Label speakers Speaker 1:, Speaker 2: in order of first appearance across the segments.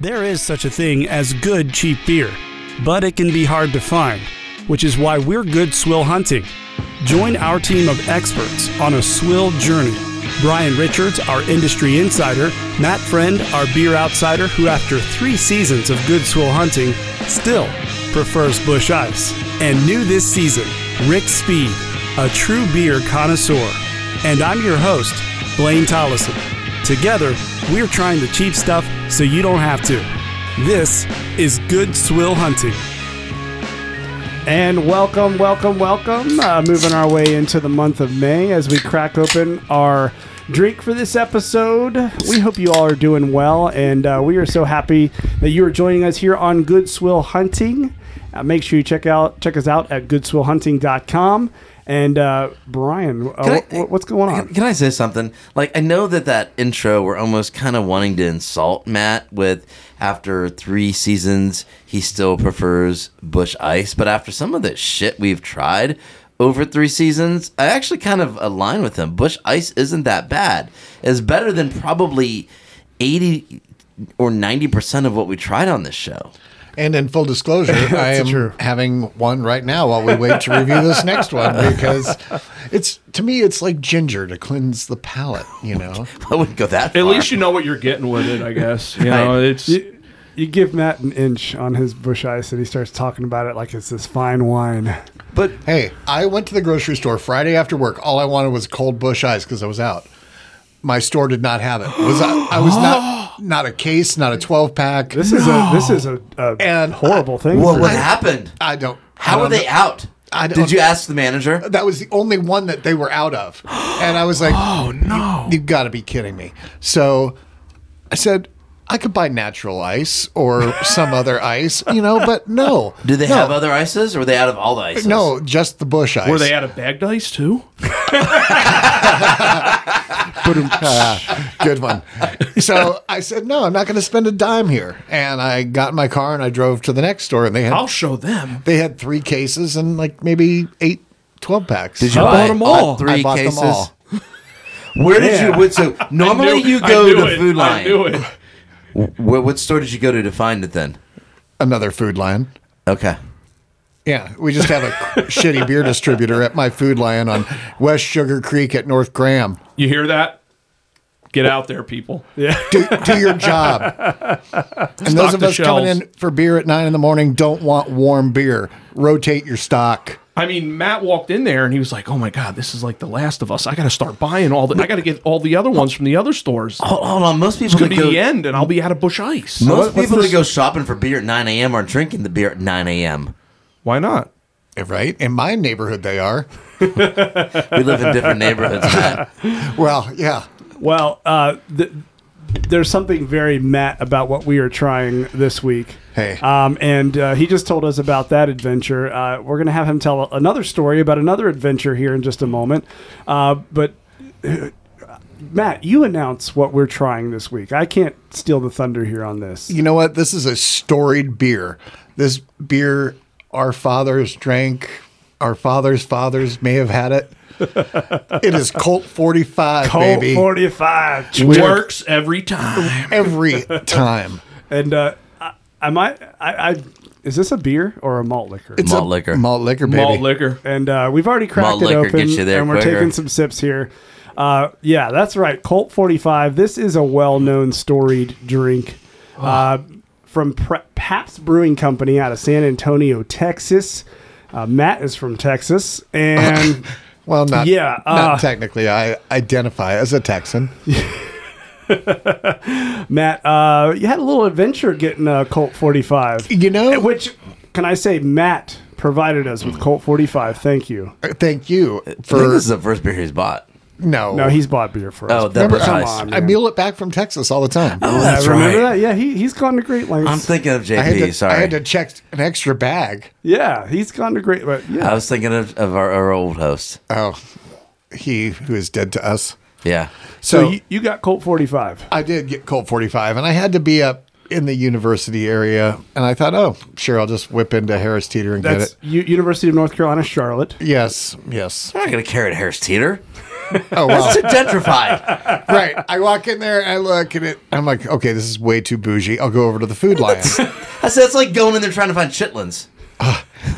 Speaker 1: There is such a thing as good cheap beer, but it can be hard to find, which is why we're good swill hunting. Join our team of experts on a swill journey. Brian Richards, our industry insider, Matt Friend, our beer outsider, who after three seasons of good swill hunting still prefers bush ice, and new this season, Rick Speed, a true beer connoisseur. And I'm your host, Blaine Tollison. Together, we're trying the cheap stuff so you don't have to. This is Good Swill Hunting.
Speaker 2: And welcome, welcome, welcome. Uh, moving our way into the month of May as we crack open our drink for this episode. We hope you all are doing well, and uh, we are so happy that you are joining us here on Good Swill Hunting. Uh, make sure you check out check us out at goodswillhunting.com. And uh, Brian, uh,
Speaker 3: Can I-
Speaker 2: wh- wh- what's going on?
Speaker 3: Can, can I say something? Like, I know that that intro, we're almost kind of wanting to insult Matt with after three seasons, he still prefers Bush Ice. But after some of the shit we've tried over three seasons, I actually kind of align with him. Bush Ice isn't that bad. It's better than probably 80 or 90% of what we tried on this show.
Speaker 4: And in full disclosure, I am having one right now while we wait to review this next one because it's to me it's like ginger to cleanse the palate, you know.
Speaker 3: I wouldn't go that far.
Speaker 5: At least you know what you're getting with it, I guess. You know, it's
Speaker 2: You, you give Matt an inch on his bush ice, and he starts talking about it like it's this fine wine.
Speaker 3: But
Speaker 4: Hey, I went to the grocery store Friday after work. All I wanted was cold bush ice because I was out. My store did not have it. Was I, I was not not a case, not a twelve pack.
Speaker 2: This is a this is a, a
Speaker 4: And
Speaker 2: horrible thing.
Speaker 3: what,
Speaker 2: for-
Speaker 3: what happened?
Speaker 4: I don't. I
Speaker 3: How
Speaker 4: don't
Speaker 3: are they
Speaker 4: know.
Speaker 3: out?
Speaker 4: I don't
Speaker 3: Did you
Speaker 4: know.
Speaker 3: ask the manager?
Speaker 4: That was the only one that they were out of, and I was like, "Oh no, you, have got to be kidding me!" So I said. I could buy natural ice or some other ice, you know, but no.
Speaker 3: Do they
Speaker 4: No.
Speaker 3: have other ices? Or were they out of all the ices?
Speaker 4: No, just the bush ice.
Speaker 5: were they out of bagged ice too?
Speaker 4: Ah, Good one. So I said, no, I'm not going to spend a dime here. And I got in my car and I drove to the next store and they had
Speaker 5: I'll show them.
Speaker 4: they had three cases and like maybe eight 12 packs.
Speaker 3: Did you
Speaker 5: I
Speaker 3: buy
Speaker 5: bought 'em
Speaker 3: all
Speaker 5: all.
Speaker 3: three
Speaker 4: I bought them
Speaker 3: cases?
Speaker 4: all.
Speaker 3: Where did you? What, so normally
Speaker 5: I knew-
Speaker 3: you
Speaker 5: I
Speaker 3: go
Speaker 5: knew
Speaker 3: to
Speaker 5: it.
Speaker 3: Food
Speaker 5: I knew
Speaker 3: Lion.
Speaker 5: it.
Speaker 3: What, what store did you go to to find it then?
Speaker 4: Another food line.
Speaker 3: Okay.
Speaker 4: Yeah, we just have a shitty beer distributor at my food line on West Sugar Creek at North Graham.
Speaker 5: You hear that? Get out there, people.
Speaker 4: Do, do your job. And those
Speaker 5: Stock
Speaker 4: of
Speaker 5: the
Speaker 4: us coming
Speaker 5: shelves.
Speaker 4: in for beer at nine in the morning don't want warm beer. Rotate your stock.
Speaker 5: I mean, Matt walked in there and he was like, "Oh my god, this is like The Last of Us. I got to start buying all the. I got to get all the other ones from the other stores. It's
Speaker 3: Hold, hold on. Most people
Speaker 5: gonna
Speaker 3: that
Speaker 5: be
Speaker 3: go,
Speaker 5: the end, and I'll be out of Bush Ice.
Speaker 2: what's
Speaker 3: most people
Speaker 2: the
Speaker 3: that go shopping for beer at 9 a.m. are drinking the beer at 9 a.m.
Speaker 5: Why not?
Speaker 4: Eh, Right? In my neighborhood, they are.
Speaker 3: We live in different neighborhoods. Matt.
Speaker 4: Well, yeah.
Speaker 2: Well, uh, th- there's something very Matt about what we are trying this week.
Speaker 4: Hey.
Speaker 2: Um, and uh, he just told us about that adventure. Uh, we're going to have him tell another story about another adventure here in just a moment. Uh, but. uh, Matt, you announce what we're trying this week. I can't steal the thunder here on this.
Speaker 4: you know what? This is a storied beer. This beer our fathers drank. Our fathers' fathers may have had it. it is Colt 45, baby.
Speaker 2: Colt 45.
Speaker 5: Works every time.
Speaker 4: Every time.
Speaker 2: And uh, I, am I, I, I, is this a beer or a malt liquor?
Speaker 4: It's
Speaker 3: Malt
Speaker 4: a
Speaker 3: liquor.
Speaker 4: Malt liquor, baby.
Speaker 5: Malt liquor.
Speaker 2: and uh, we've already cracked
Speaker 3: Malt
Speaker 2: it
Speaker 3: liquor
Speaker 2: open,
Speaker 3: gets you there
Speaker 2: and we're
Speaker 3: quicker.
Speaker 2: taking some sips here. Uh, yeah, that's right. Colt 45. This is a well-known storied drink uh, from Pre- Pabst Brewing Company out of San Antonio, Texas. Uh, Matt is from Texas, and
Speaker 4: Well, not,
Speaker 2: Yeah, uh,
Speaker 4: not technically. I identify as a Texan.
Speaker 2: Matt, uh, you had a little adventure getting uh, Colt 45,
Speaker 4: You know,
Speaker 2: which can I say, Matt provided us with Colt 45. Thank you.
Speaker 4: thank you
Speaker 3: I think
Speaker 4: for.
Speaker 3: this is the first beer he's bought.
Speaker 4: no.
Speaker 2: No, he's bought beer for us.
Speaker 3: Oh,
Speaker 2: Come
Speaker 3: that precise.
Speaker 2: on,
Speaker 4: I
Speaker 2: man.
Speaker 4: mule it back from Texas all the time.
Speaker 3: Oh,
Speaker 2: I
Speaker 3: that's right.
Speaker 2: remember that. Yeah, he, he's gone to great lengths.
Speaker 3: I'm thinking of JP.
Speaker 4: I, had to,
Speaker 3: sorry.
Speaker 4: I had to check an extra bag.
Speaker 2: Yeah, he's gone to great. But yeah,
Speaker 3: I was thinking of, of our, our old host.
Speaker 4: Oh, he who is dead to us.
Speaker 3: Yeah.
Speaker 2: so, you, you got Colt 45.
Speaker 4: I did get Colt 45, and I had to be up in the university area. And I thought, oh, sure, I'll just whip into Harris Teeter and
Speaker 2: That's
Speaker 4: get it.
Speaker 2: U- University of North Carolina, Charlotte.
Speaker 4: Yes, yes.
Speaker 3: I'm not going to carry it Harris Teeter.
Speaker 4: Oh wow!
Speaker 3: That's to gentrify.
Speaker 4: right. I walk in there, I look at it. I'm like, okay, this is way too bougie. I'll go over to the food line.
Speaker 3: I said it's like going in there trying to find chitlins.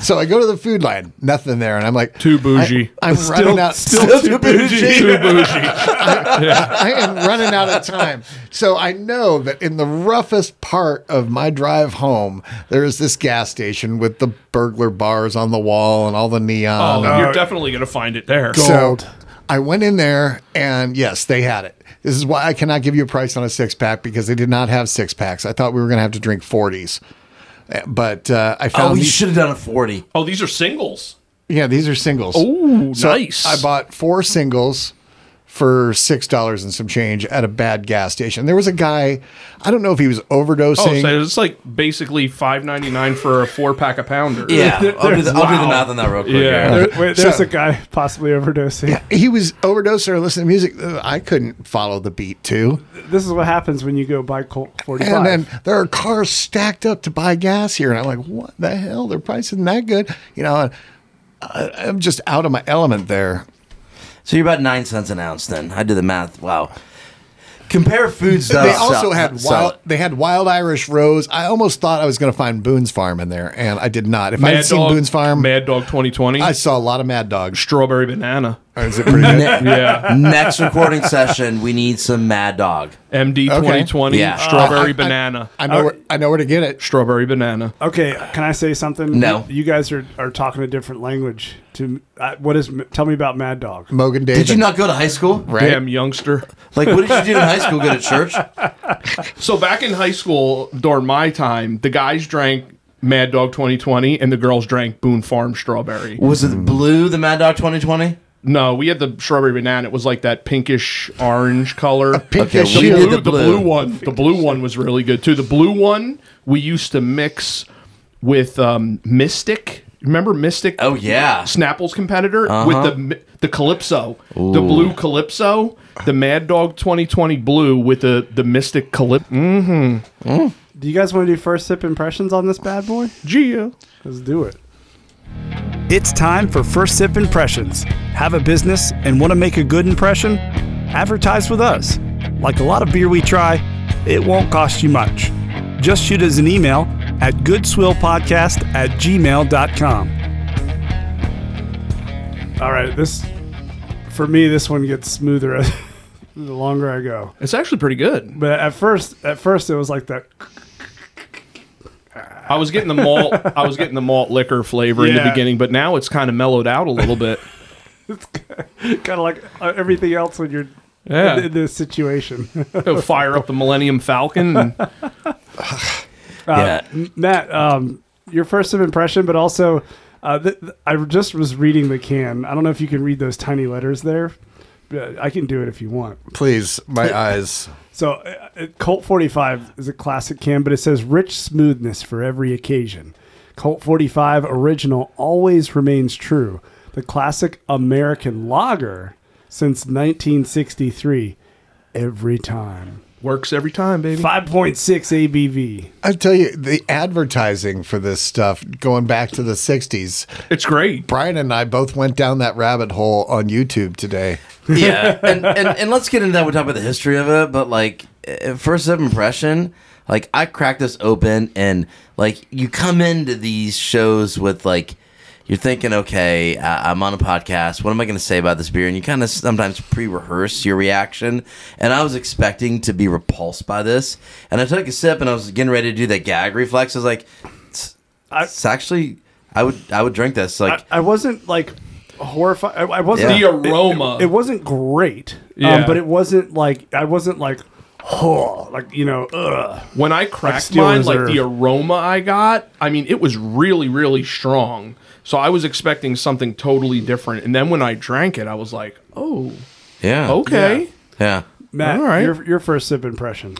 Speaker 4: so I go to the food line, nothing there, and I'm like,
Speaker 5: Too bougie.
Speaker 4: I, am running out.
Speaker 3: too bougie.
Speaker 5: Too bougie.
Speaker 4: I am running out of time. So I know that in the roughest part of my drive home, there is this gas station with the burglar bars on the wall and all the
Speaker 5: Oh,
Speaker 4: neon.
Speaker 5: you're definitely gonna find it there.
Speaker 4: So
Speaker 2: Gold.
Speaker 4: I went in there, and yes, they had it. This is why I cannot give you a price on a six pack because they did not have six packs. I thought we were going to have to drink 40s. Uh, But uh, I found
Speaker 3: Oh, you
Speaker 4: these-
Speaker 3: should have done a 40.
Speaker 5: Oh, these are singles.
Speaker 4: yeah, these are singles.
Speaker 5: Ooh,
Speaker 4: So
Speaker 5: Oh, nice.
Speaker 4: I bought four singles for six dollars and some change at a bad gas station. There was a guy, I don't know if he was
Speaker 5: Oh,
Speaker 4: overdosing.
Speaker 5: so it's like basically five ninety nine for a four pack of pounder.
Speaker 3: Yeah, I'll, do the, I'll do the
Speaker 5: wow.
Speaker 3: math on that real quick.
Speaker 5: Yeah.
Speaker 3: Aaron.
Speaker 2: There- wait, there's
Speaker 4: So-
Speaker 2: a guy possibly overdosing.
Speaker 4: he was overdosing or listening to music that I couldn't follow the beat to.
Speaker 2: This is what happens when you go buy Colt 45.
Speaker 4: And then there are cars stacked up to buy gas here. And I'm like, what the hell? Their price isn't that good. You know, and I, I'm just out of my element there.
Speaker 3: So you're about nine cents an ounce then. I did the math. Wow. Compare foods. Though.
Speaker 4: they also had
Speaker 3: So-
Speaker 4: wild. They had wild Irish Rose. I almost thought I was going to find Boone's Farm in there, and I did not. If I had seen Boone's Farm,
Speaker 5: Mad Dog twenty twenty.
Speaker 4: I saw a lot of Mad Dogs.
Speaker 5: Strawberry banana.
Speaker 4: Is it pretty good?
Speaker 3: Ne-
Speaker 5: Yeah.
Speaker 3: Next recording session, we need some Mad Dog.
Speaker 5: MD twenty twenty.
Speaker 3: Yeah.
Speaker 5: Strawberry
Speaker 4: I-
Speaker 5: banana.
Speaker 4: I know where I know where to get it.
Speaker 5: strawberry banana.
Speaker 2: Okay, can I say something?
Speaker 3: No.
Speaker 2: You, you guys are, are talking a different language. To uh, what is? Tell me about Mad Dog.
Speaker 4: Mogan David.
Speaker 3: Did you not go to high school?
Speaker 4: Right.
Speaker 5: Damn youngster.
Speaker 3: Like, what did you do in high school? Go to church?
Speaker 5: So back in high school during my time, the guys drank Mad Dog 2020 and the girls drank Boone Farm strawberry.
Speaker 3: Was it blue, the Mad Dog 2020?
Speaker 5: No, we had the strawberry banana. It was like that pinkish orange color.
Speaker 4: pinkish
Speaker 5: the,
Speaker 3: we
Speaker 5: blue,
Speaker 3: did the
Speaker 5: the, blue.
Speaker 3: blue.
Speaker 5: one. The blue one was really good too. The blue one we used to mix with um, Mystic. Remember Mystic?
Speaker 3: Oh, yeah.
Speaker 5: Snapple's competitor with the mi- the Calypso, the blue Calypso, the Mad Dog 2020 blue with the the Mystic mm, Calypso.
Speaker 2: Do you guys want to do first sip impressions on this bad boy? Let's do it.
Speaker 1: It's time for First Sip Impressions. Have a business and want to make a good impression? Advertise with us. Like a lot of beer we try, it won't cost you much. Just shoot us an email at goodswillpodcast at gmail.com.
Speaker 2: All right, this for me, this one gets smoother as- the longer I go.
Speaker 5: It's actually pretty good.
Speaker 2: But at first, at first, it was like that.
Speaker 5: I was getting the malt. I was getting the malt liquor flavor in the
Speaker 2: Yeah.
Speaker 5: beginning, but now it's kind of mellowed out a little bit.
Speaker 2: kind of like uh, everything else when you're
Speaker 5: Yeah.
Speaker 2: in, in this situation.
Speaker 5: Go fire up the Millennium Falcon. And,
Speaker 3: yeah.
Speaker 2: Matt, um, your first of impression, but also, uh, th- th- I just was reading the can. I don't know if you can read those tiny letters there. Uh, I can do it if you want.
Speaker 4: Please, my eyes.
Speaker 2: So, uh, uh, Colt 45 is a classic can, but it says rich smoothness for every occasion. Colt 45 original always remains true. The classic American lager since 1963, every time.
Speaker 5: Works every time, baby.
Speaker 2: 5.6 ABV.
Speaker 4: I tell you, the advertising for this stuff going back to the '60s.
Speaker 5: It's great.
Speaker 4: Brian and I both went down that rabbit hole on YouTube today.
Speaker 3: yeah, and, and and let's get into that. We'll talk about the history of it, but like eh, first of impression, like I cracked this open, and like you come into these shows with like you're thinking, okay, I- I'm on a podcast. What am I going to say about this beer? And you kind of sometimes pre-rehearse your reaction. And I was expecting to be repulsed by this, and I took a sip, and I was getting ready to do that gag reflex. I was like, it's, it's actually, I would I would drink this. Like,
Speaker 2: I, I wasn't like horrified. I, I wasn't.
Speaker 5: The aroma.
Speaker 2: It, wasn't great.
Speaker 5: Yeah.
Speaker 2: Um, but it wasn't like I wasn't like, oh, like you know, ugh.
Speaker 5: when I cracked
Speaker 2: Steel
Speaker 5: mine,
Speaker 2: Reserve.
Speaker 5: like the aroma I got, I mean, it was really, really strong. So I was expecting something totally different. And then when I drank it, I was like, oh,
Speaker 3: yeah,
Speaker 5: okay.
Speaker 3: yeah.
Speaker 2: Matt,
Speaker 5: All right.
Speaker 2: your your first sip impression.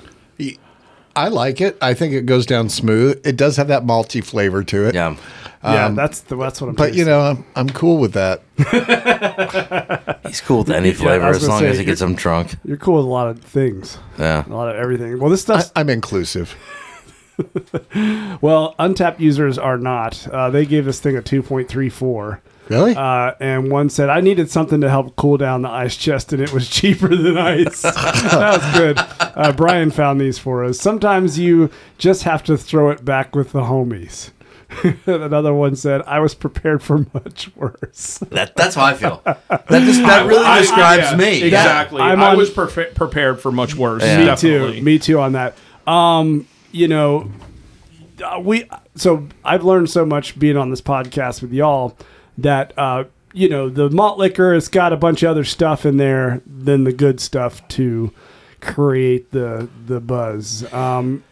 Speaker 4: I like it. I think it goes down smooth. It does have that malty flavor to it.
Speaker 3: Yeah.
Speaker 2: yeah, that's the that's what I'm.
Speaker 4: Um, But you
Speaker 2: tasting.
Speaker 4: know, I'm, I'm cool with that.
Speaker 3: He's cool with any
Speaker 2: I
Speaker 3: flavor
Speaker 2: was
Speaker 3: as
Speaker 2: gonna
Speaker 3: long
Speaker 2: say,
Speaker 3: as he gets him drunk.
Speaker 2: you're cool with a lot of things,
Speaker 3: Yeah.
Speaker 2: a lot of everything. Well, this stuff.
Speaker 4: I'm inclusive.
Speaker 2: well, untapped users are not. Uh, they gave this thing a 2.34.
Speaker 4: Really?
Speaker 2: Uh, and one said, I needed something to help cool down the ice chest, and it was cheaper than ice. that was good. Uh, Brian found these for us. Sometimes you just have to throw it back with the homies. Another one said, I was prepared for much worse.
Speaker 3: That, that's how I feel. That just that really
Speaker 5: I-
Speaker 3: describes
Speaker 5: yeah,
Speaker 3: me.
Speaker 5: Exactly.
Speaker 2: Yeah, I'm
Speaker 5: I
Speaker 2: on-
Speaker 5: was perfe- prepared for much worse.
Speaker 3: Yeah.
Speaker 5: Yeah.
Speaker 2: Me
Speaker 5: Definitely.
Speaker 2: too. Me too on that. Um, you know, uh, we so I've learned so much being on this podcast with y'all that uh, you know the malt liquor has got a bunch of other stuff in there than the good stuff to create the the buzz. Um,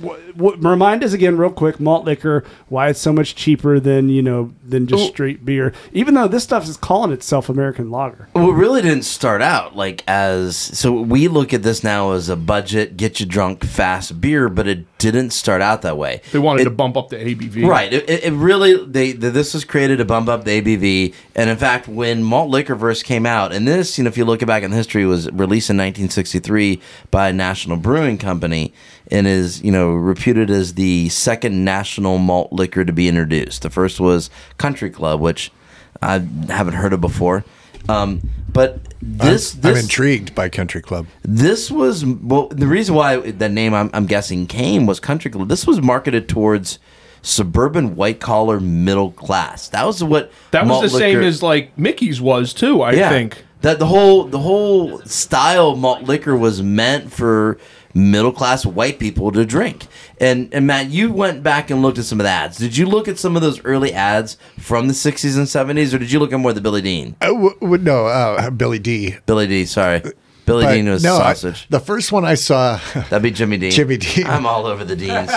Speaker 2: w- w- remind us again, real quick, malt liquor why it's so much cheaper than you know than just straight beer, even though this stuff is calling itself American lager.
Speaker 3: Well, it really didn't start out like as so we look at this now as a budget get you drunk fast beer, but it didn't start out that way.
Speaker 5: They wanted
Speaker 3: It-
Speaker 5: to bump up the ABV.
Speaker 3: Right. It, it it really they the, this was created to bump up the ABV, and in fact, when malt liquor first came out, and this you know if you look back in history was released in 1963 by National Brewing Company, and is you know reputed as the second national malt liquor to be introduced. The first was Country Club, which I haven't heard of before. Um, but this
Speaker 4: I'm
Speaker 3: this
Speaker 4: intrigued by Country Club. Uh,
Speaker 3: this was well, the reason why the name I'm, I'm guessing came was country club. This was marketed towards suburban white collar middle class. That was what
Speaker 5: That was
Speaker 3: malt
Speaker 5: the same
Speaker 3: liquor-
Speaker 5: as like Mickey's was too. I
Speaker 3: yeah,
Speaker 5: think.
Speaker 3: that the whole the whole style of malt liquor was meant for middle class white people to drink. And and Matt, you went back and looked at some of the ads. Did you look at some of those early ads from the 60s and 70s, or did you look at more the Billy Dean?
Speaker 4: Uh, w- w- no, uh, Billy D.
Speaker 3: Billy D, sorry. Billy
Speaker 4: But
Speaker 3: Dean was
Speaker 4: no, I-
Speaker 3: sausage.
Speaker 4: the first one I saw,
Speaker 3: That'd be Jimmy Dean.
Speaker 4: Jimmy Dean.
Speaker 3: I'm all over the Deans.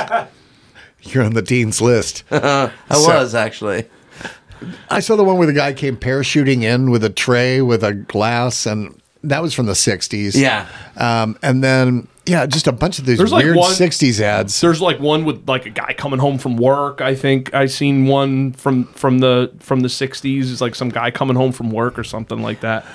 Speaker 4: you're on the dean's list.
Speaker 3: I
Speaker 4: So-
Speaker 3: was actually.
Speaker 4: I saw the one where the guy came parachuting in with a tray with a glass, and that was from the '60s.
Speaker 3: Yeah.
Speaker 4: um, and then yeah, just a bunch of these
Speaker 5: There's like
Speaker 4: weird
Speaker 5: one-
Speaker 4: '60s ads.
Speaker 5: There's like one with like a guy coming home from work. I think I seen one from from the from the '60s. It's like some guy coming home from work or something like that.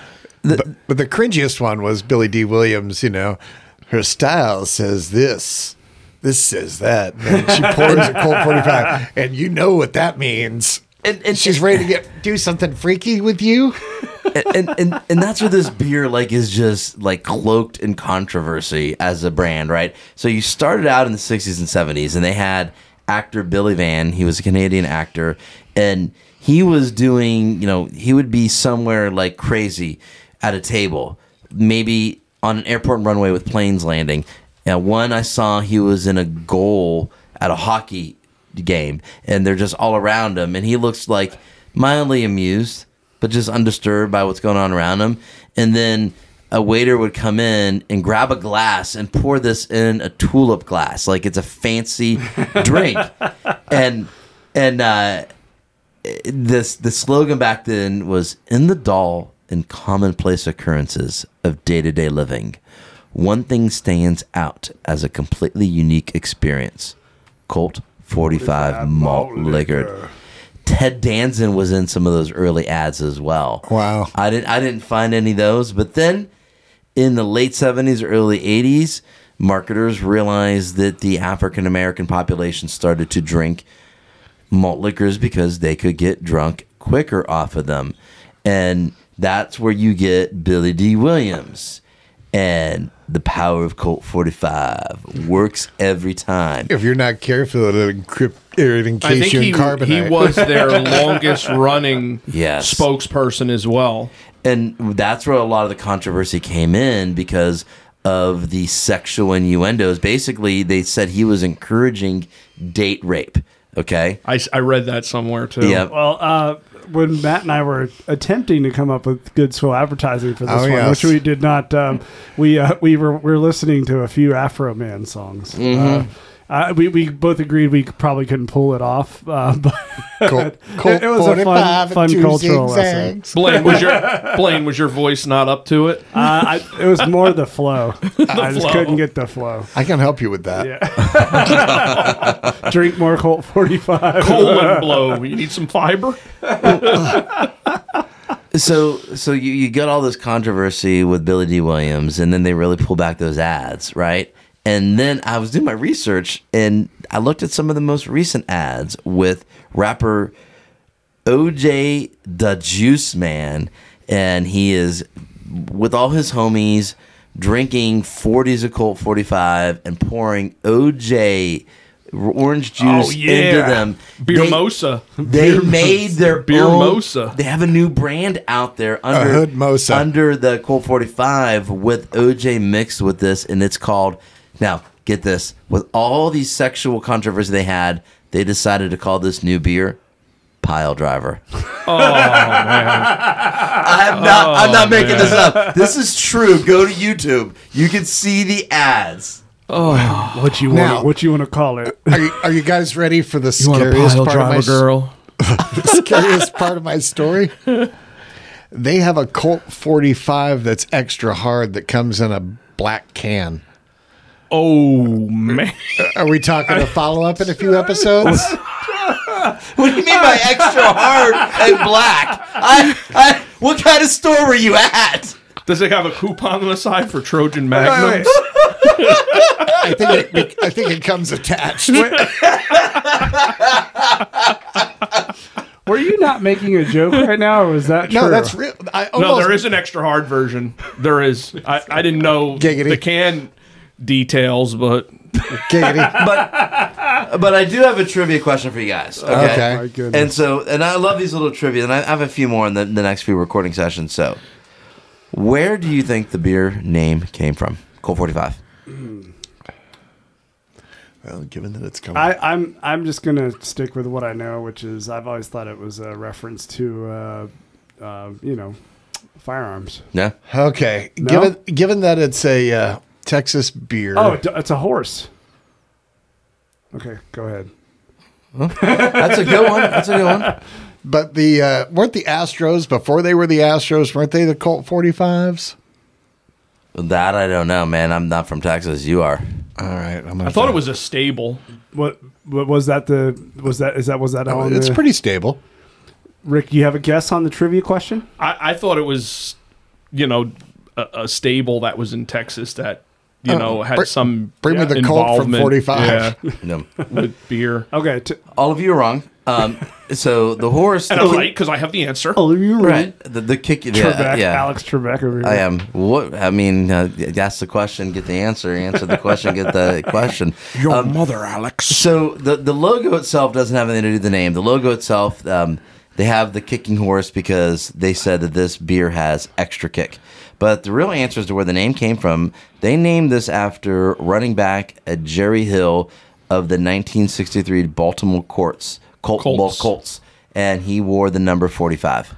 Speaker 4: But, but the cringiest one was Billy D. Williams. You know, her style says this. This says that. And she pours a cold 45, and you know what that means.
Speaker 3: And- and-
Speaker 4: she's ready to get do something freaky with you.
Speaker 3: and, and and that's where this beer like is just like cloaked in controversy as a brand, right? So you started out in the sixties and seventies, and they had actor Billy Van. He was a Canadian actor, and he was doing you know he would be somewhere like crazy at a table, maybe on an airport runway with planes landing. And one I saw he was in a goal at a hockey game, and they're just all around him, and he looks like mildly amused but just undisturbed by what's going on around him. And then a waiter would come in and grab a glass and pour this in a tulip glass, like it's a fancy drink. And and uh, this the slogan back then was in the dull and commonplace occurrences of day to day living. One thing stands out as a completely unique experience: Colt forty five malt liquor. Ted Danson was in some of those early ads as well.
Speaker 4: Wow.
Speaker 3: I didn't I didn't find any of those, but then in the late 70s, early 80s, marketers realized that the African American population started to drink malt liquors because they could get drunk quicker off of them. And that's where you get Billy D. Williams. And the power of Colt 45 works every time.
Speaker 4: If you're not careful, it'll encrypt, it encase you in carbonite.
Speaker 5: he was their longest running
Speaker 3: Yes.
Speaker 5: spokesperson as well.
Speaker 3: and that's where a lot of the controversy came in because of the sexual innuendos. Basically, they said he was encouraging date rape. Okay.
Speaker 5: I, s- I read that somewhere too.
Speaker 3: Yeah.
Speaker 2: Well, uh, when Matt and I were attempting to come up with good soul advertising for this
Speaker 4: Oh,
Speaker 2: one,
Speaker 4: yes.
Speaker 2: which we did not, um, we uh, we were we were listening to a few Afro Man songs.
Speaker 4: Mm-hmm.
Speaker 2: Uh, uh, we, we both agreed we probably couldn't pull it off, uh, but
Speaker 4: Colt,
Speaker 2: it was a fun-
Speaker 4: 45 and
Speaker 2: fun
Speaker 4: two
Speaker 2: cultural
Speaker 4: zigzags.
Speaker 5: Blaine, was your Blaine, was your voice not up to it?
Speaker 2: uh, I, it was more the flow. I just
Speaker 5: flow.
Speaker 2: couldn't get the flow.
Speaker 4: I can help you with that.
Speaker 2: Yeah. Drink more Colt 45.
Speaker 5: Colon blow. You need some fiber.
Speaker 3: So so you, you got all this controversy with Billy D. Williams, and then they really pull back those ads, right? And then I was doing my research and I looked at some of the most recent ads with rapper OJ the Juice Man, and he is with all his homies drinking 40s occult 45 and pouring OJ orange juice into them. They-
Speaker 5: Oh, Beer Mosa.
Speaker 3: They made their
Speaker 5: Beer
Speaker 3: own.
Speaker 5: Mosa.
Speaker 3: They have a new brand out there under
Speaker 4: hood mosa.
Speaker 3: under the Colt 45 with OJ mixed with this, and it's called. Now get this: with all these sexual controversy they had, they decided to call this new beer pile driver.
Speaker 5: Oh,
Speaker 3: I'm not. I'm not making this up. This is true. Go to YouTube. You can see the ads.
Speaker 2: What you want?
Speaker 4: Now-
Speaker 2: What you want to call it?
Speaker 4: Are you, are you guys ready for the scariest part of my s-
Speaker 5: girl?
Speaker 4: scariest part of my story? They have a Colt 45 that's extra hard that comes in a black can.
Speaker 5: Oh man!
Speaker 4: Are we talking a follow up in a few episodes?
Speaker 3: What do you mean by extra hard and black? I, I, what kind of store were you at?
Speaker 5: Does it have a coupon on the side for Trojan Magnums?
Speaker 4: I think it, I think it comes attached.
Speaker 2: Were you not making a joke right now, or was that
Speaker 4: No,
Speaker 2: true?
Speaker 4: that's real. I almost,
Speaker 5: No, there is an extra hard version. There is. I, I didn't know
Speaker 4: Giggity.
Speaker 5: the can details, but
Speaker 4: Giggity.
Speaker 3: but but I do have a trivia question for you guys. Okay.
Speaker 4: Okay.
Speaker 2: My goodness.
Speaker 3: And so, and I love these little trivia, and I I have a few more in the, the next few recording sessions. So, where do you think the beer name came from? Cold 45.
Speaker 4: Well, given that it's coming.
Speaker 2: I, I'm I'm just gonna stick with what I know, which is I've always thought it was a reference to uh, uh, you know firearms.
Speaker 3: Yeah.
Speaker 4: okay. Given given that it's a uh, Texas beer.
Speaker 2: Oh, it- it's a horse. Okay, go ahead.
Speaker 3: That's a good one. That's a good one.
Speaker 4: But the uh, weren't the Astros before they were the Astros? Weren't they the Colt 45s?
Speaker 3: That I don't know, man. I'm not from Texas. You are.
Speaker 4: All right, I'm gonna
Speaker 5: I thought it was a stable.
Speaker 2: What, what was that? The was that is that was that on?
Speaker 4: It's
Speaker 2: the-
Speaker 4: pretty stable.
Speaker 2: Rick, you have a guess on the trivia question?
Speaker 5: I, I thought it was, you know, a, a stable that was in Texas that you know had
Speaker 4: bring-
Speaker 5: some
Speaker 4: Oh, bring me the Colt from
Speaker 5: involvement,
Speaker 4: 45.
Speaker 5: yeah,
Speaker 3: No.
Speaker 5: with beer.
Speaker 2: Okay. T-
Speaker 3: All of you are wrong. Um, so the horse.
Speaker 5: And I'm right because I have the answer.
Speaker 2: oh, you're
Speaker 3: Right. The, the kick. Yeah,
Speaker 2: Trebek,
Speaker 3: yeah.
Speaker 2: Alex Trebek over here.
Speaker 3: I am. What I mean, uh, ask the question, get the answer. Answer the question, get the question. Um,
Speaker 5: Your mother, Alex.
Speaker 3: So the the logo itself doesn't have anything to do with the name. The logo itself, um, they have the kicking horse because they said that this beer has extra kick. But the real answer as to where the name came from, they named this after running back uh, Jerry Hill of the 1963 Baltimore Colts, Colt,
Speaker 5: Colts.
Speaker 3: Colts. Colts, and he wore the number 45.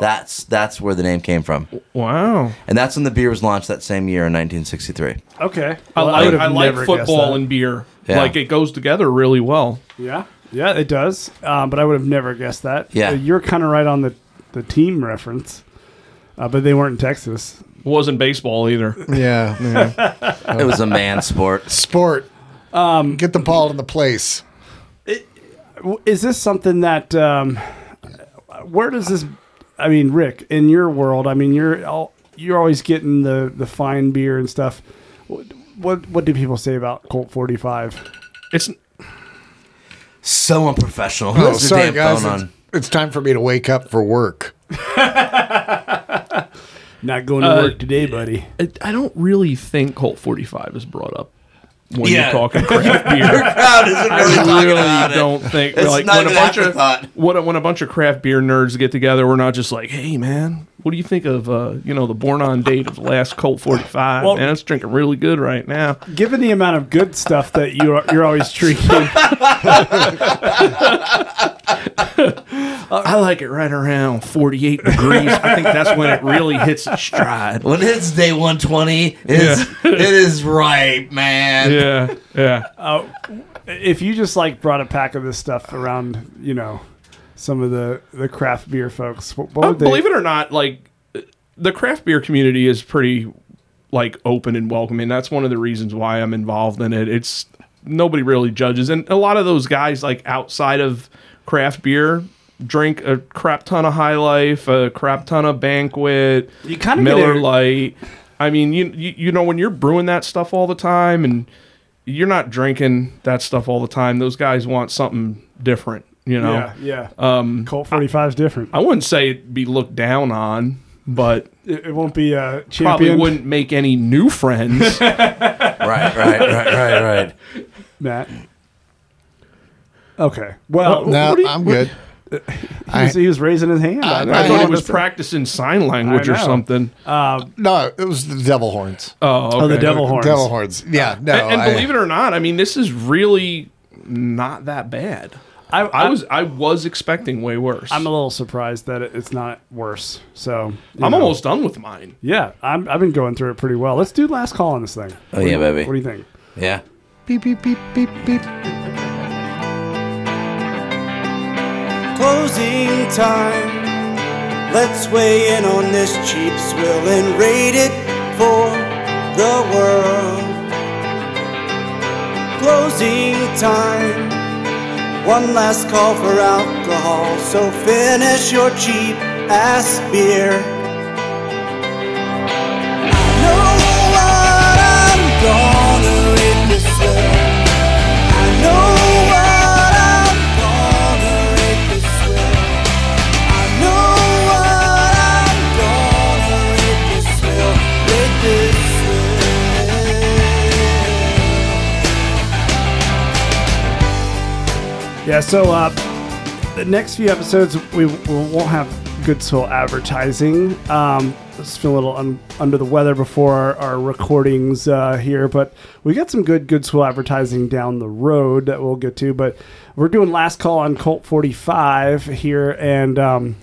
Speaker 3: That's that's where the name came from,
Speaker 5: Wow.
Speaker 3: and that's when the beer was launched that same year in 1963.
Speaker 2: Okay.
Speaker 5: I
Speaker 2: Well,
Speaker 5: like
Speaker 2: would
Speaker 5: I,
Speaker 2: have
Speaker 5: like
Speaker 2: never guessed
Speaker 5: football
Speaker 2: that.
Speaker 5: and beer.
Speaker 3: Yeah.
Speaker 5: Like it goes together really well.
Speaker 2: yeah, yeah, it does. Um, but I would have never guessed that.
Speaker 3: Yeah.
Speaker 2: Uh, you're kind of right on the the team reference, uh, but they weren't in Texas.
Speaker 5: It wasn't baseball either.
Speaker 4: Yeah, yeah.
Speaker 3: It was a man sport.
Speaker 4: sport. Um, Get the ball in the place.
Speaker 2: W- Is this something that? Um, where does this? I mean, Rick, in your world, I mean, you're all, you're always getting the the fine beer and stuff. What what, what do people say about Colt Forty Five?
Speaker 5: It's
Speaker 3: So unprofessional.
Speaker 4: Oh,
Speaker 3: That's the
Speaker 4: sorry
Speaker 3: damn
Speaker 4: guys,
Speaker 3: phone
Speaker 4: it's,
Speaker 3: on.
Speaker 4: it's time for me to wake up for work.
Speaker 2: Not going to
Speaker 5: Uh,
Speaker 2: work today, buddy.
Speaker 5: I I don't really think Colt 45 is brought up when
Speaker 3: Yeah.
Speaker 5: you're talking craft beer.
Speaker 3: crowd isn't really
Speaker 5: I
Speaker 3: talking
Speaker 5: really
Speaker 3: about it.
Speaker 5: don't think
Speaker 3: It's
Speaker 5: like
Speaker 3: not
Speaker 5: when a
Speaker 3: even
Speaker 5: bunch of
Speaker 3: afterthought.
Speaker 5: what when a bunch of craft beer nerds get together, we're not just like, hey man, what do you think of uh, you know the born on date of the last Colt 45?
Speaker 2: Well-
Speaker 5: man, it's drinking really good right now.
Speaker 2: Given the amount of good stuff that you are, you're always drinking,
Speaker 3: Uh,
Speaker 5: I like it right around 48 degrees. I think that's when it really hits its stride.
Speaker 3: When it's day 120, it's, it is ripe, man.
Speaker 5: Yeah, yeah.
Speaker 2: if you just like brought a pack of this stuff around, you know, some of the the craft beer folks, what, what
Speaker 5: Uh,
Speaker 2: would they?
Speaker 5: believe it or not, like uh, the craft beer community is pretty like open and welcoming. That's one of the reasons why I'm involved in it. It's nobody really judges, and a lot of those guys like outside of craft beer drink a crap ton of High Life, a crap ton of Banquet,
Speaker 2: You kinda get
Speaker 5: Miller
Speaker 2: a-
Speaker 5: Light. I mean, you, you you know when you're brewing that stuff all the time and you're not drinking that stuff all the time. Those guys want something different. You know,
Speaker 2: Yeah, yeah. Um, Colt 45 is different.
Speaker 5: I wouldn't say it'd be looked down on, but
Speaker 2: It, it won't be a champion.
Speaker 5: probably wouldn't make any new friends.
Speaker 3: Right, right, right, right, right.
Speaker 2: Matt. Okay. Well,
Speaker 4: No,
Speaker 2: what do you-
Speaker 4: I'm good.
Speaker 2: He was, he was raising his hand.
Speaker 4: I-
Speaker 5: I thought he was
Speaker 4: understand.
Speaker 5: practicing sign language or
Speaker 2: know.
Speaker 5: something.
Speaker 4: No, it was the devil horns.
Speaker 5: Oh, okay.
Speaker 2: oh, the devil horns. Uh,
Speaker 4: Devil horns. Yeah, no.
Speaker 5: And, and
Speaker 4: I-
Speaker 5: believe it or not, I mean, this is really not that bad.
Speaker 2: I,
Speaker 5: I was I was expecting way worse.
Speaker 2: I'm a little surprised that it, it's not worse. So you
Speaker 5: I'm
Speaker 2: know.
Speaker 5: almost done with mine.
Speaker 2: Yeah, I'm, I've been going through it pretty well. Let's do last call on this thing.
Speaker 3: Oh yeah, baby.
Speaker 2: What do you think?
Speaker 3: yeah.
Speaker 4: beep, beep, beep, beep, beep.
Speaker 6: closing time. Let's weigh in on this cheap swill and rate it for the world. Closing time. One last call for alcohol, so finish your cheap ass beer. I know what I'm gonna rate this swill. I know what I'm gonna rate this swill. I know what I'm gonna rate this swill. Rate this swill.
Speaker 2: Yeah, so uh, the next few episodes, we, we won't have good soul advertising. Um, just feel a little un- under the weather before our, our recordings uh, here, but we got some good good soul advertising down the road that we'll get to. But we're doing last call on Colt 45 here, and. Um,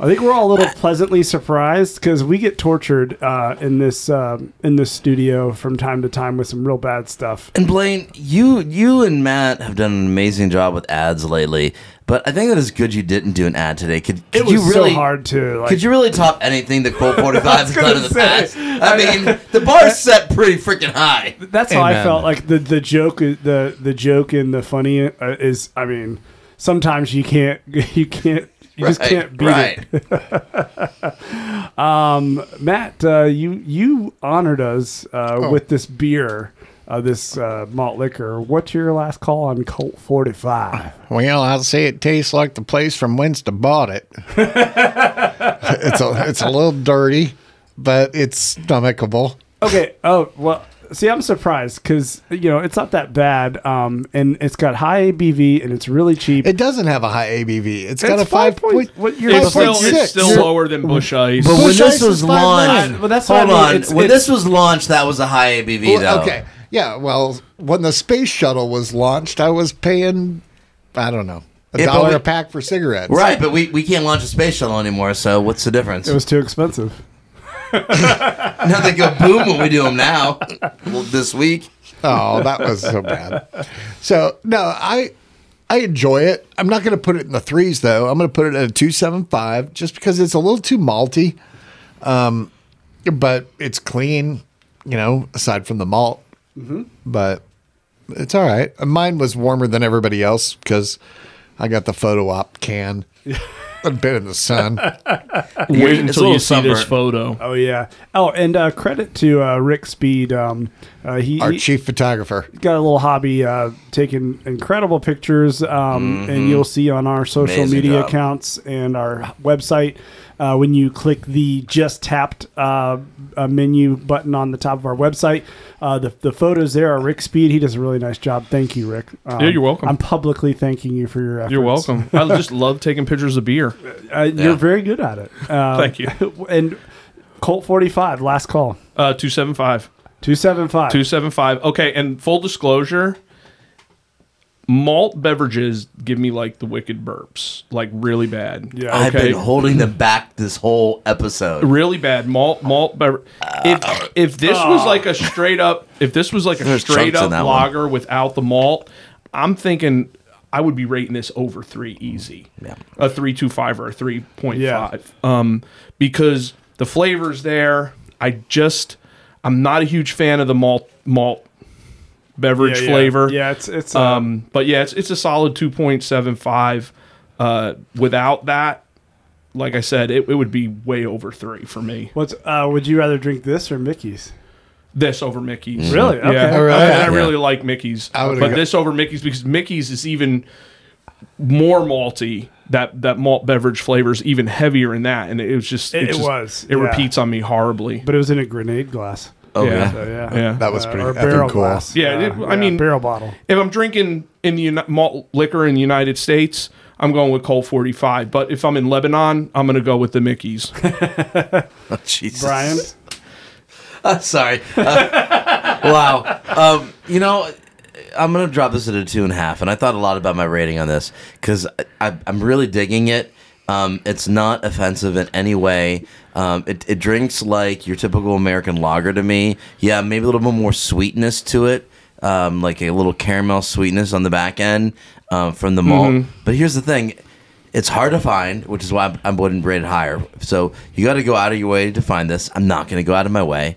Speaker 2: I think we're all a little pleasantly surprised because we get tortured uh, in this um in this studio from time to time with some real bad stuff.
Speaker 3: And Blaine, you you and Matt have done an amazing job with ads lately, but I think that it's good you didn't do an ad today. Could,
Speaker 2: It
Speaker 3: could
Speaker 2: was
Speaker 3: you really
Speaker 2: so hard to like.
Speaker 3: Could you really top anything that Colt 45 has done in the
Speaker 2: say.
Speaker 3: past? I mean, the bar's set pretty freaking high.
Speaker 2: That's how I
Speaker 4: Amen.
Speaker 2: felt. Like the the joke, is- the the joke and the funny uh, is. I mean, sometimes you can't, you can't, you just
Speaker 3: Right,
Speaker 2: can't beat
Speaker 3: right.
Speaker 2: it. Matt, uh, you you honored us uh,
Speaker 4: Oh.
Speaker 2: with this beer, uh, this uh, malt liquor. What's your last call on Colt Forty Five?
Speaker 4: Well, I'd say it tastes like the place from whence to bought it. it's a it's a little dirty, but it's stomachable.
Speaker 2: Okay. Oh well. See, I'm surprised because you know it's not that bad, um, and it's got high ABV and it's really cheap.
Speaker 4: It doesn't have a high ABV. It's got
Speaker 2: It's
Speaker 4: a five
Speaker 2: five point-
Speaker 4: point.
Speaker 2: what you're-
Speaker 5: It's
Speaker 2: It's
Speaker 5: still,
Speaker 2: like
Speaker 5: it's still
Speaker 4: You're-
Speaker 5: lower than Bush Ice.
Speaker 3: But when
Speaker 4: Bush
Speaker 3: this
Speaker 4: Ice
Speaker 3: was
Speaker 4: is five
Speaker 3: launched,
Speaker 4: nine.
Speaker 2: Well, that's what I
Speaker 3: hold
Speaker 2: mean.
Speaker 3: on.
Speaker 2: It's-
Speaker 3: when
Speaker 2: it's-
Speaker 3: this was launched, that was a high ABV
Speaker 4: Well,
Speaker 3: though.
Speaker 4: okay, yeah. Well, when the space shuttle was launched, I was paying, I don't know, a
Speaker 3: Yeah, but
Speaker 4: dollar
Speaker 3: we-
Speaker 4: a pack for cigarettes.
Speaker 3: Right, but we, we can't launch a space shuttle anymore. So what's the difference?
Speaker 2: it was too expensive.
Speaker 3: now they go boom when we do them now. Well, this week.
Speaker 4: Oh, that was so bad. So no, I I enjoy it. I'm not going to put it in the threes though. I'm going to put it at a two seven five just because it's a little too malty, um, but it's clean. You know, aside from the malt,
Speaker 2: Mm-hmm.
Speaker 4: but it's all right. Mine was warmer than everybody else because I got the photo op can. I've been in the sun.
Speaker 5: Wait
Speaker 3: It's a
Speaker 5: until
Speaker 3: little
Speaker 5: you see this
Speaker 3: sunburnt.
Speaker 5: photo.
Speaker 2: Oh yeah. Oh, and uh, credit to uh, Rick Speed. Um, uh, he,
Speaker 4: Our
Speaker 2: he-
Speaker 4: chief photographer.
Speaker 2: got a little hobby uh, taking incredible pictures, um, and you'll see on our social
Speaker 3: Mm-hmm. Amazing
Speaker 2: media
Speaker 3: job.
Speaker 2: accounts and our website uh, when you click the just tapped uh, uh, menu button on the top of our website. Uh, the, the photos there are Rick Speed. He does a really nice job. Thank you, Rick. Um,
Speaker 5: Yeah, you're welcome.
Speaker 2: I'm publicly thanking you for your efforts.
Speaker 5: You're welcome. I just love taking pictures of beer.
Speaker 2: Uh,
Speaker 3: Yeah.
Speaker 2: You're very good at it. Um,
Speaker 5: Thank you.
Speaker 2: And Colt 45, last call.
Speaker 5: Uh, 275.
Speaker 2: 275.
Speaker 5: 275. Okay, and full disclosure, malt beverages give me like the wicked burps, like really bad.
Speaker 2: Yeah.
Speaker 5: Okay.
Speaker 3: I've been holding them back this whole episode.
Speaker 5: really bad malt malt bever- if if this
Speaker 2: Ah.
Speaker 5: was like a straight up if this was like a
Speaker 3: There's
Speaker 5: straight
Speaker 3: chunks in
Speaker 5: up
Speaker 3: that one.
Speaker 5: lager without the malt i'm thinking i would be rating this over three easy
Speaker 3: Yeah.
Speaker 5: a 325 or a 3.5
Speaker 2: Yeah.
Speaker 5: um because the flavors there i just i'm not a huge fan of the malt malt beverage
Speaker 2: Yeah, yeah.
Speaker 5: flavor
Speaker 2: Yeah, it's, it's uh,
Speaker 5: um, but yeah, it's it's a solid two point seven five. Uh, without that, like I said, it, it would be way over three for me.
Speaker 2: What's uh, would you rather drink this or Mickey's?
Speaker 5: This over Mickey's,
Speaker 2: Really? Okay.
Speaker 5: Yeah,
Speaker 4: All right.
Speaker 5: and I
Speaker 3: Yeah.
Speaker 5: really like Mickey's,
Speaker 4: I
Speaker 5: but
Speaker 4: would've got-
Speaker 5: this over Mickey's because Mickey's is even more malty. That that malt beverage flavors even heavier in that, and it was just
Speaker 2: It- it
Speaker 5: just-
Speaker 2: was,
Speaker 5: it
Speaker 2: yeah.
Speaker 5: repeats on me horribly.
Speaker 2: But it was in a grenade glass.
Speaker 3: Oh
Speaker 5: Yeah.
Speaker 3: yeah.
Speaker 2: So yeah,
Speaker 5: Yeah.
Speaker 4: That was
Speaker 2: Uh,
Speaker 4: pretty
Speaker 2: or a
Speaker 4: effing
Speaker 2: barrel
Speaker 4: cool.
Speaker 2: glass.
Speaker 5: Yeah, it- I mean-
Speaker 2: barrel bottle.
Speaker 5: if I'm drinking in the uni- malt liquor in the United States, I'm going with Cole 45. But if I'm in Lebanon, I'm going to go with the Mickey's.
Speaker 3: Oh, Jesus.
Speaker 2: Brian,
Speaker 3: I'm sorry. Uh, wow. Um, you know, I'm gonna drop this at a two and a half, and I thought a lot about my rating on this because I'm really digging it. Um, it's not offensive in any way. Um, it, it drinks like your typical American lager to me. Yeah, maybe a little bit more sweetness to it, um, like a little caramel sweetness on the back end um, from the malt. But here's the thing it's hard to find, which is why I'm- I wouldn't rate it higher. So you got to go out of your way to find this. I'm not going to go out of my way,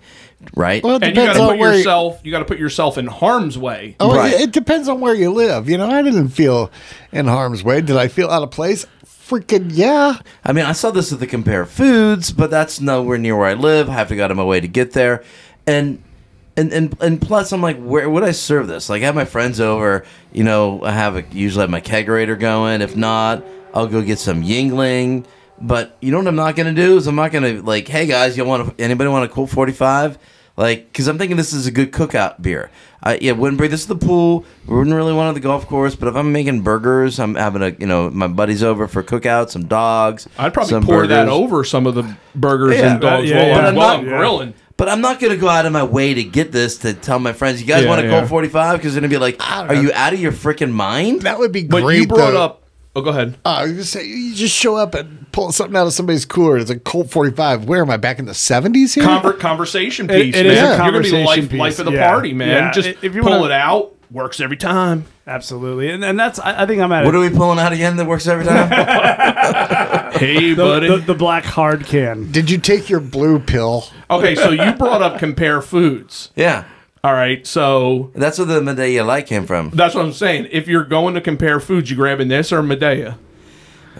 Speaker 3: right?
Speaker 4: Well, it
Speaker 5: and you got
Speaker 4: depends
Speaker 5: to
Speaker 4: on
Speaker 5: put
Speaker 4: where.
Speaker 5: yourself you got to put yourself in harm's way.
Speaker 4: oh,
Speaker 3: Right.
Speaker 4: it, it depends on where you live. You know, I didn't feel in harm's way. Did I feel out of place? Freaking yeah.
Speaker 3: I mean, I saw this at the Compare Foods, but that's nowhere near where I live. I have to go out of my way to get there, and and and, and plus, I'm like, where would I serve this? Like, I have my friends over. You know, I have a, usually have my kegerator going. If not, I'll go get some Yingling. But you know what I'm not gonna do is I'm not gonna like, hey guys, you want to, anybody want a cool 45? Like, because I'm thinking this is a good cookout beer. I yeah, wouldn't bring this to the pool. Wouldn't really want it at the golf course. But if I'm making burgers, I'm having a you know my buddies over for cookouts, some dogs.
Speaker 5: I'd probably
Speaker 3: some
Speaker 5: pour that
Speaker 3: burgers.
Speaker 5: over some of the burgers
Speaker 3: Yeah,
Speaker 5: and dogs
Speaker 2: yeah,
Speaker 5: while,
Speaker 2: yeah.
Speaker 5: I'm,
Speaker 3: But
Speaker 5: while
Speaker 3: I'm
Speaker 5: I'm
Speaker 2: not-
Speaker 5: grilling.
Speaker 3: But I'm not gonna go out of my way to get this to tell my friends, you guys
Speaker 5: Yeah,
Speaker 3: want to
Speaker 5: yeah.
Speaker 3: go 45? Because they're gonna be like,
Speaker 4: don't
Speaker 3: are
Speaker 4: know.
Speaker 3: you out of your freaking mind?
Speaker 4: That would be
Speaker 5: But
Speaker 4: great.
Speaker 5: you brought
Speaker 4: though.
Speaker 5: up. Oh, go ahead.
Speaker 4: Uh, I was gonna say, you just show up and pull something out of somebody's cooler. It's a Colt 45. Where am I back in the 70s here?
Speaker 5: Conver- conversation
Speaker 2: It-
Speaker 5: piece.
Speaker 2: it
Speaker 5: man.
Speaker 2: is a
Speaker 5: You're gonna be the
Speaker 2: conversation
Speaker 5: life,
Speaker 2: piece,
Speaker 5: life of the
Speaker 2: yeah.
Speaker 5: party, man.
Speaker 2: Yeah,
Speaker 5: Just
Speaker 2: if you
Speaker 5: pull
Speaker 2: wanna-
Speaker 5: it out. Works every time.
Speaker 2: absolutely, and and that's I, I think I'm at
Speaker 3: What
Speaker 2: it.
Speaker 3: are we pulling out again that works every time?
Speaker 5: Hey,
Speaker 2: The,
Speaker 5: buddy.
Speaker 2: the, the black hard can.
Speaker 4: Did you take your blue pill?
Speaker 5: okay, so you brought up compare foods.
Speaker 3: yeah,
Speaker 5: All right, so
Speaker 3: that's where the Medea Light came from.
Speaker 5: that's what I'm saying. If you're going to compare foods, you grabbing this or Medea.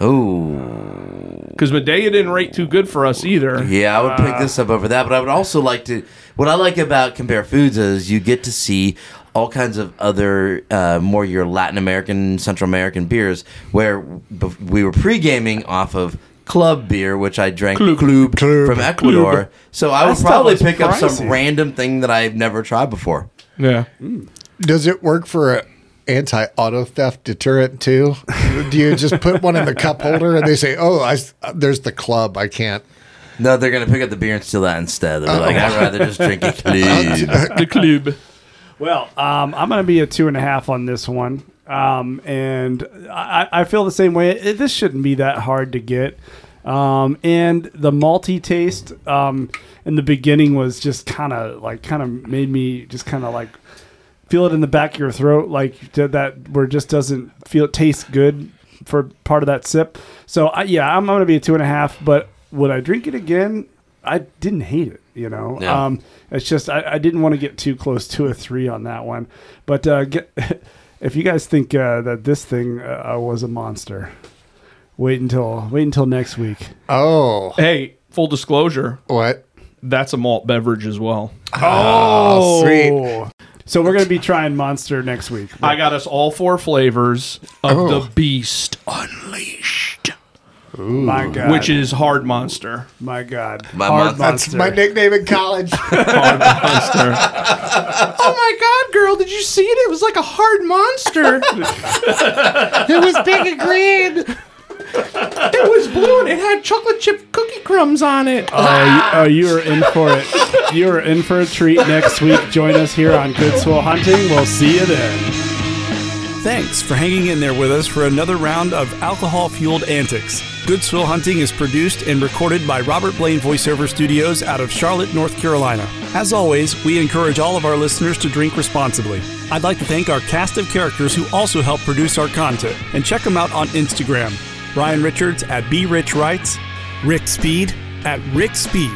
Speaker 3: Ooh,
Speaker 5: because Medea didn't rate too good for us either.
Speaker 3: yeah, I would
Speaker 2: Uh,
Speaker 3: pick this up over that. But I would also like to. What I like about Compare Foods is you get to see all kinds of other uh, more your Latin American, Central American beers, where b- we were pre gaming off of. Club beer, which I drank
Speaker 5: Club.
Speaker 3: Club,
Speaker 4: Club.
Speaker 3: from Ecuador, so I
Speaker 2: That
Speaker 3: would
Speaker 2: stuff
Speaker 3: probably
Speaker 2: was
Speaker 3: pick up
Speaker 2: pricey.
Speaker 3: some random thing that I've never tried before.
Speaker 5: Yeah,
Speaker 4: Does it work for a anti auto theft deterrent too? Do you just put one in the cup holder and they say, "Oh, I s- uh, there's the club. I can't."
Speaker 3: No, they're gonna pick up the beer and steal that instead. They're like, I'd rather just drink a Club.
Speaker 5: the club.
Speaker 2: Well, um, I'm going to be a two and a half on this one. Um, and I, I feel the same way. It, this shouldn't be that hard to get. Um, and the malty taste um, in the beginning was just kind of like, kind of made me just kind of like feel it in the back of your throat, like to that where it just doesn't feel it tastes good for part of that sip. So I, yeah, I'm, going to be a two and a half. But would I drink it again? I didn't hate it. You know,
Speaker 3: Yeah.
Speaker 2: um, it's just I, I didn't want to get too close to a three on that one. But uh, get, if you guys think uh, that this thing uh, was a monster, wait until wait until next week.
Speaker 4: Oh,
Speaker 5: Hey, full disclosure,
Speaker 4: what?
Speaker 5: that's a malt beverage as well.
Speaker 4: Oh, sweet.
Speaker 2: Oh. So we're gonna be trying monster next week.
Speaker 5: I got us all four flavors of
Speaker 4: Oh.
Speaker 5: the Beast Unleashed,
Speaker 2: my God,
Speaker 5: which is hard monster.
Speaker 2: my God,
Speaker 3: My
Speaker 2: Hard
Speaker 3: mon- that's
Speaker 4: It's my nickname in college.
Speaker 5: Hard monster. oh my God, girl! Did you see it? It was like a hard monster.
Speaker 4: it was big and green.
Speaker 5: it was blue and it had chocolate chip cookie crumbs on it.
Speaker 2: Oh, you, oh, you are in for it. You are in for a treat next week. Join us here on Good Swill Hunting. We'll see you then.
Speaker 1: Thanks for hanging in there with us for another round of alcohol fueled antics. Good Swill Hunting is produced and recorded by Robert Blaine Voiceover Studios out of Charlotte, North Carolina. As always, we encourage all of our listeners to drink responsibly. I'd like to thank our cast of characters who also help produce our content, and check them out on Instagram. Ryan Richards at BRichWrites, Rick Speed at Rick Speed.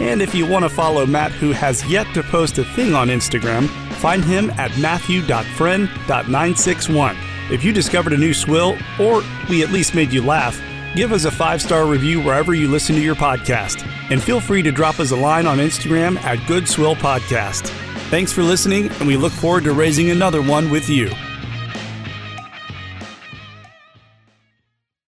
Speaker 1: And if you want to follow Matt, who has yet to post a thing on Instagram, find him at matthew.friend.961. If you discovered a new swill, or we at least made you laugh, give us a five star review wherever you listen to your podcast. And feel free to drop us a line on Instagram at Good Swill Podcast. Thanks for listening, and we look forward to raising another one with you.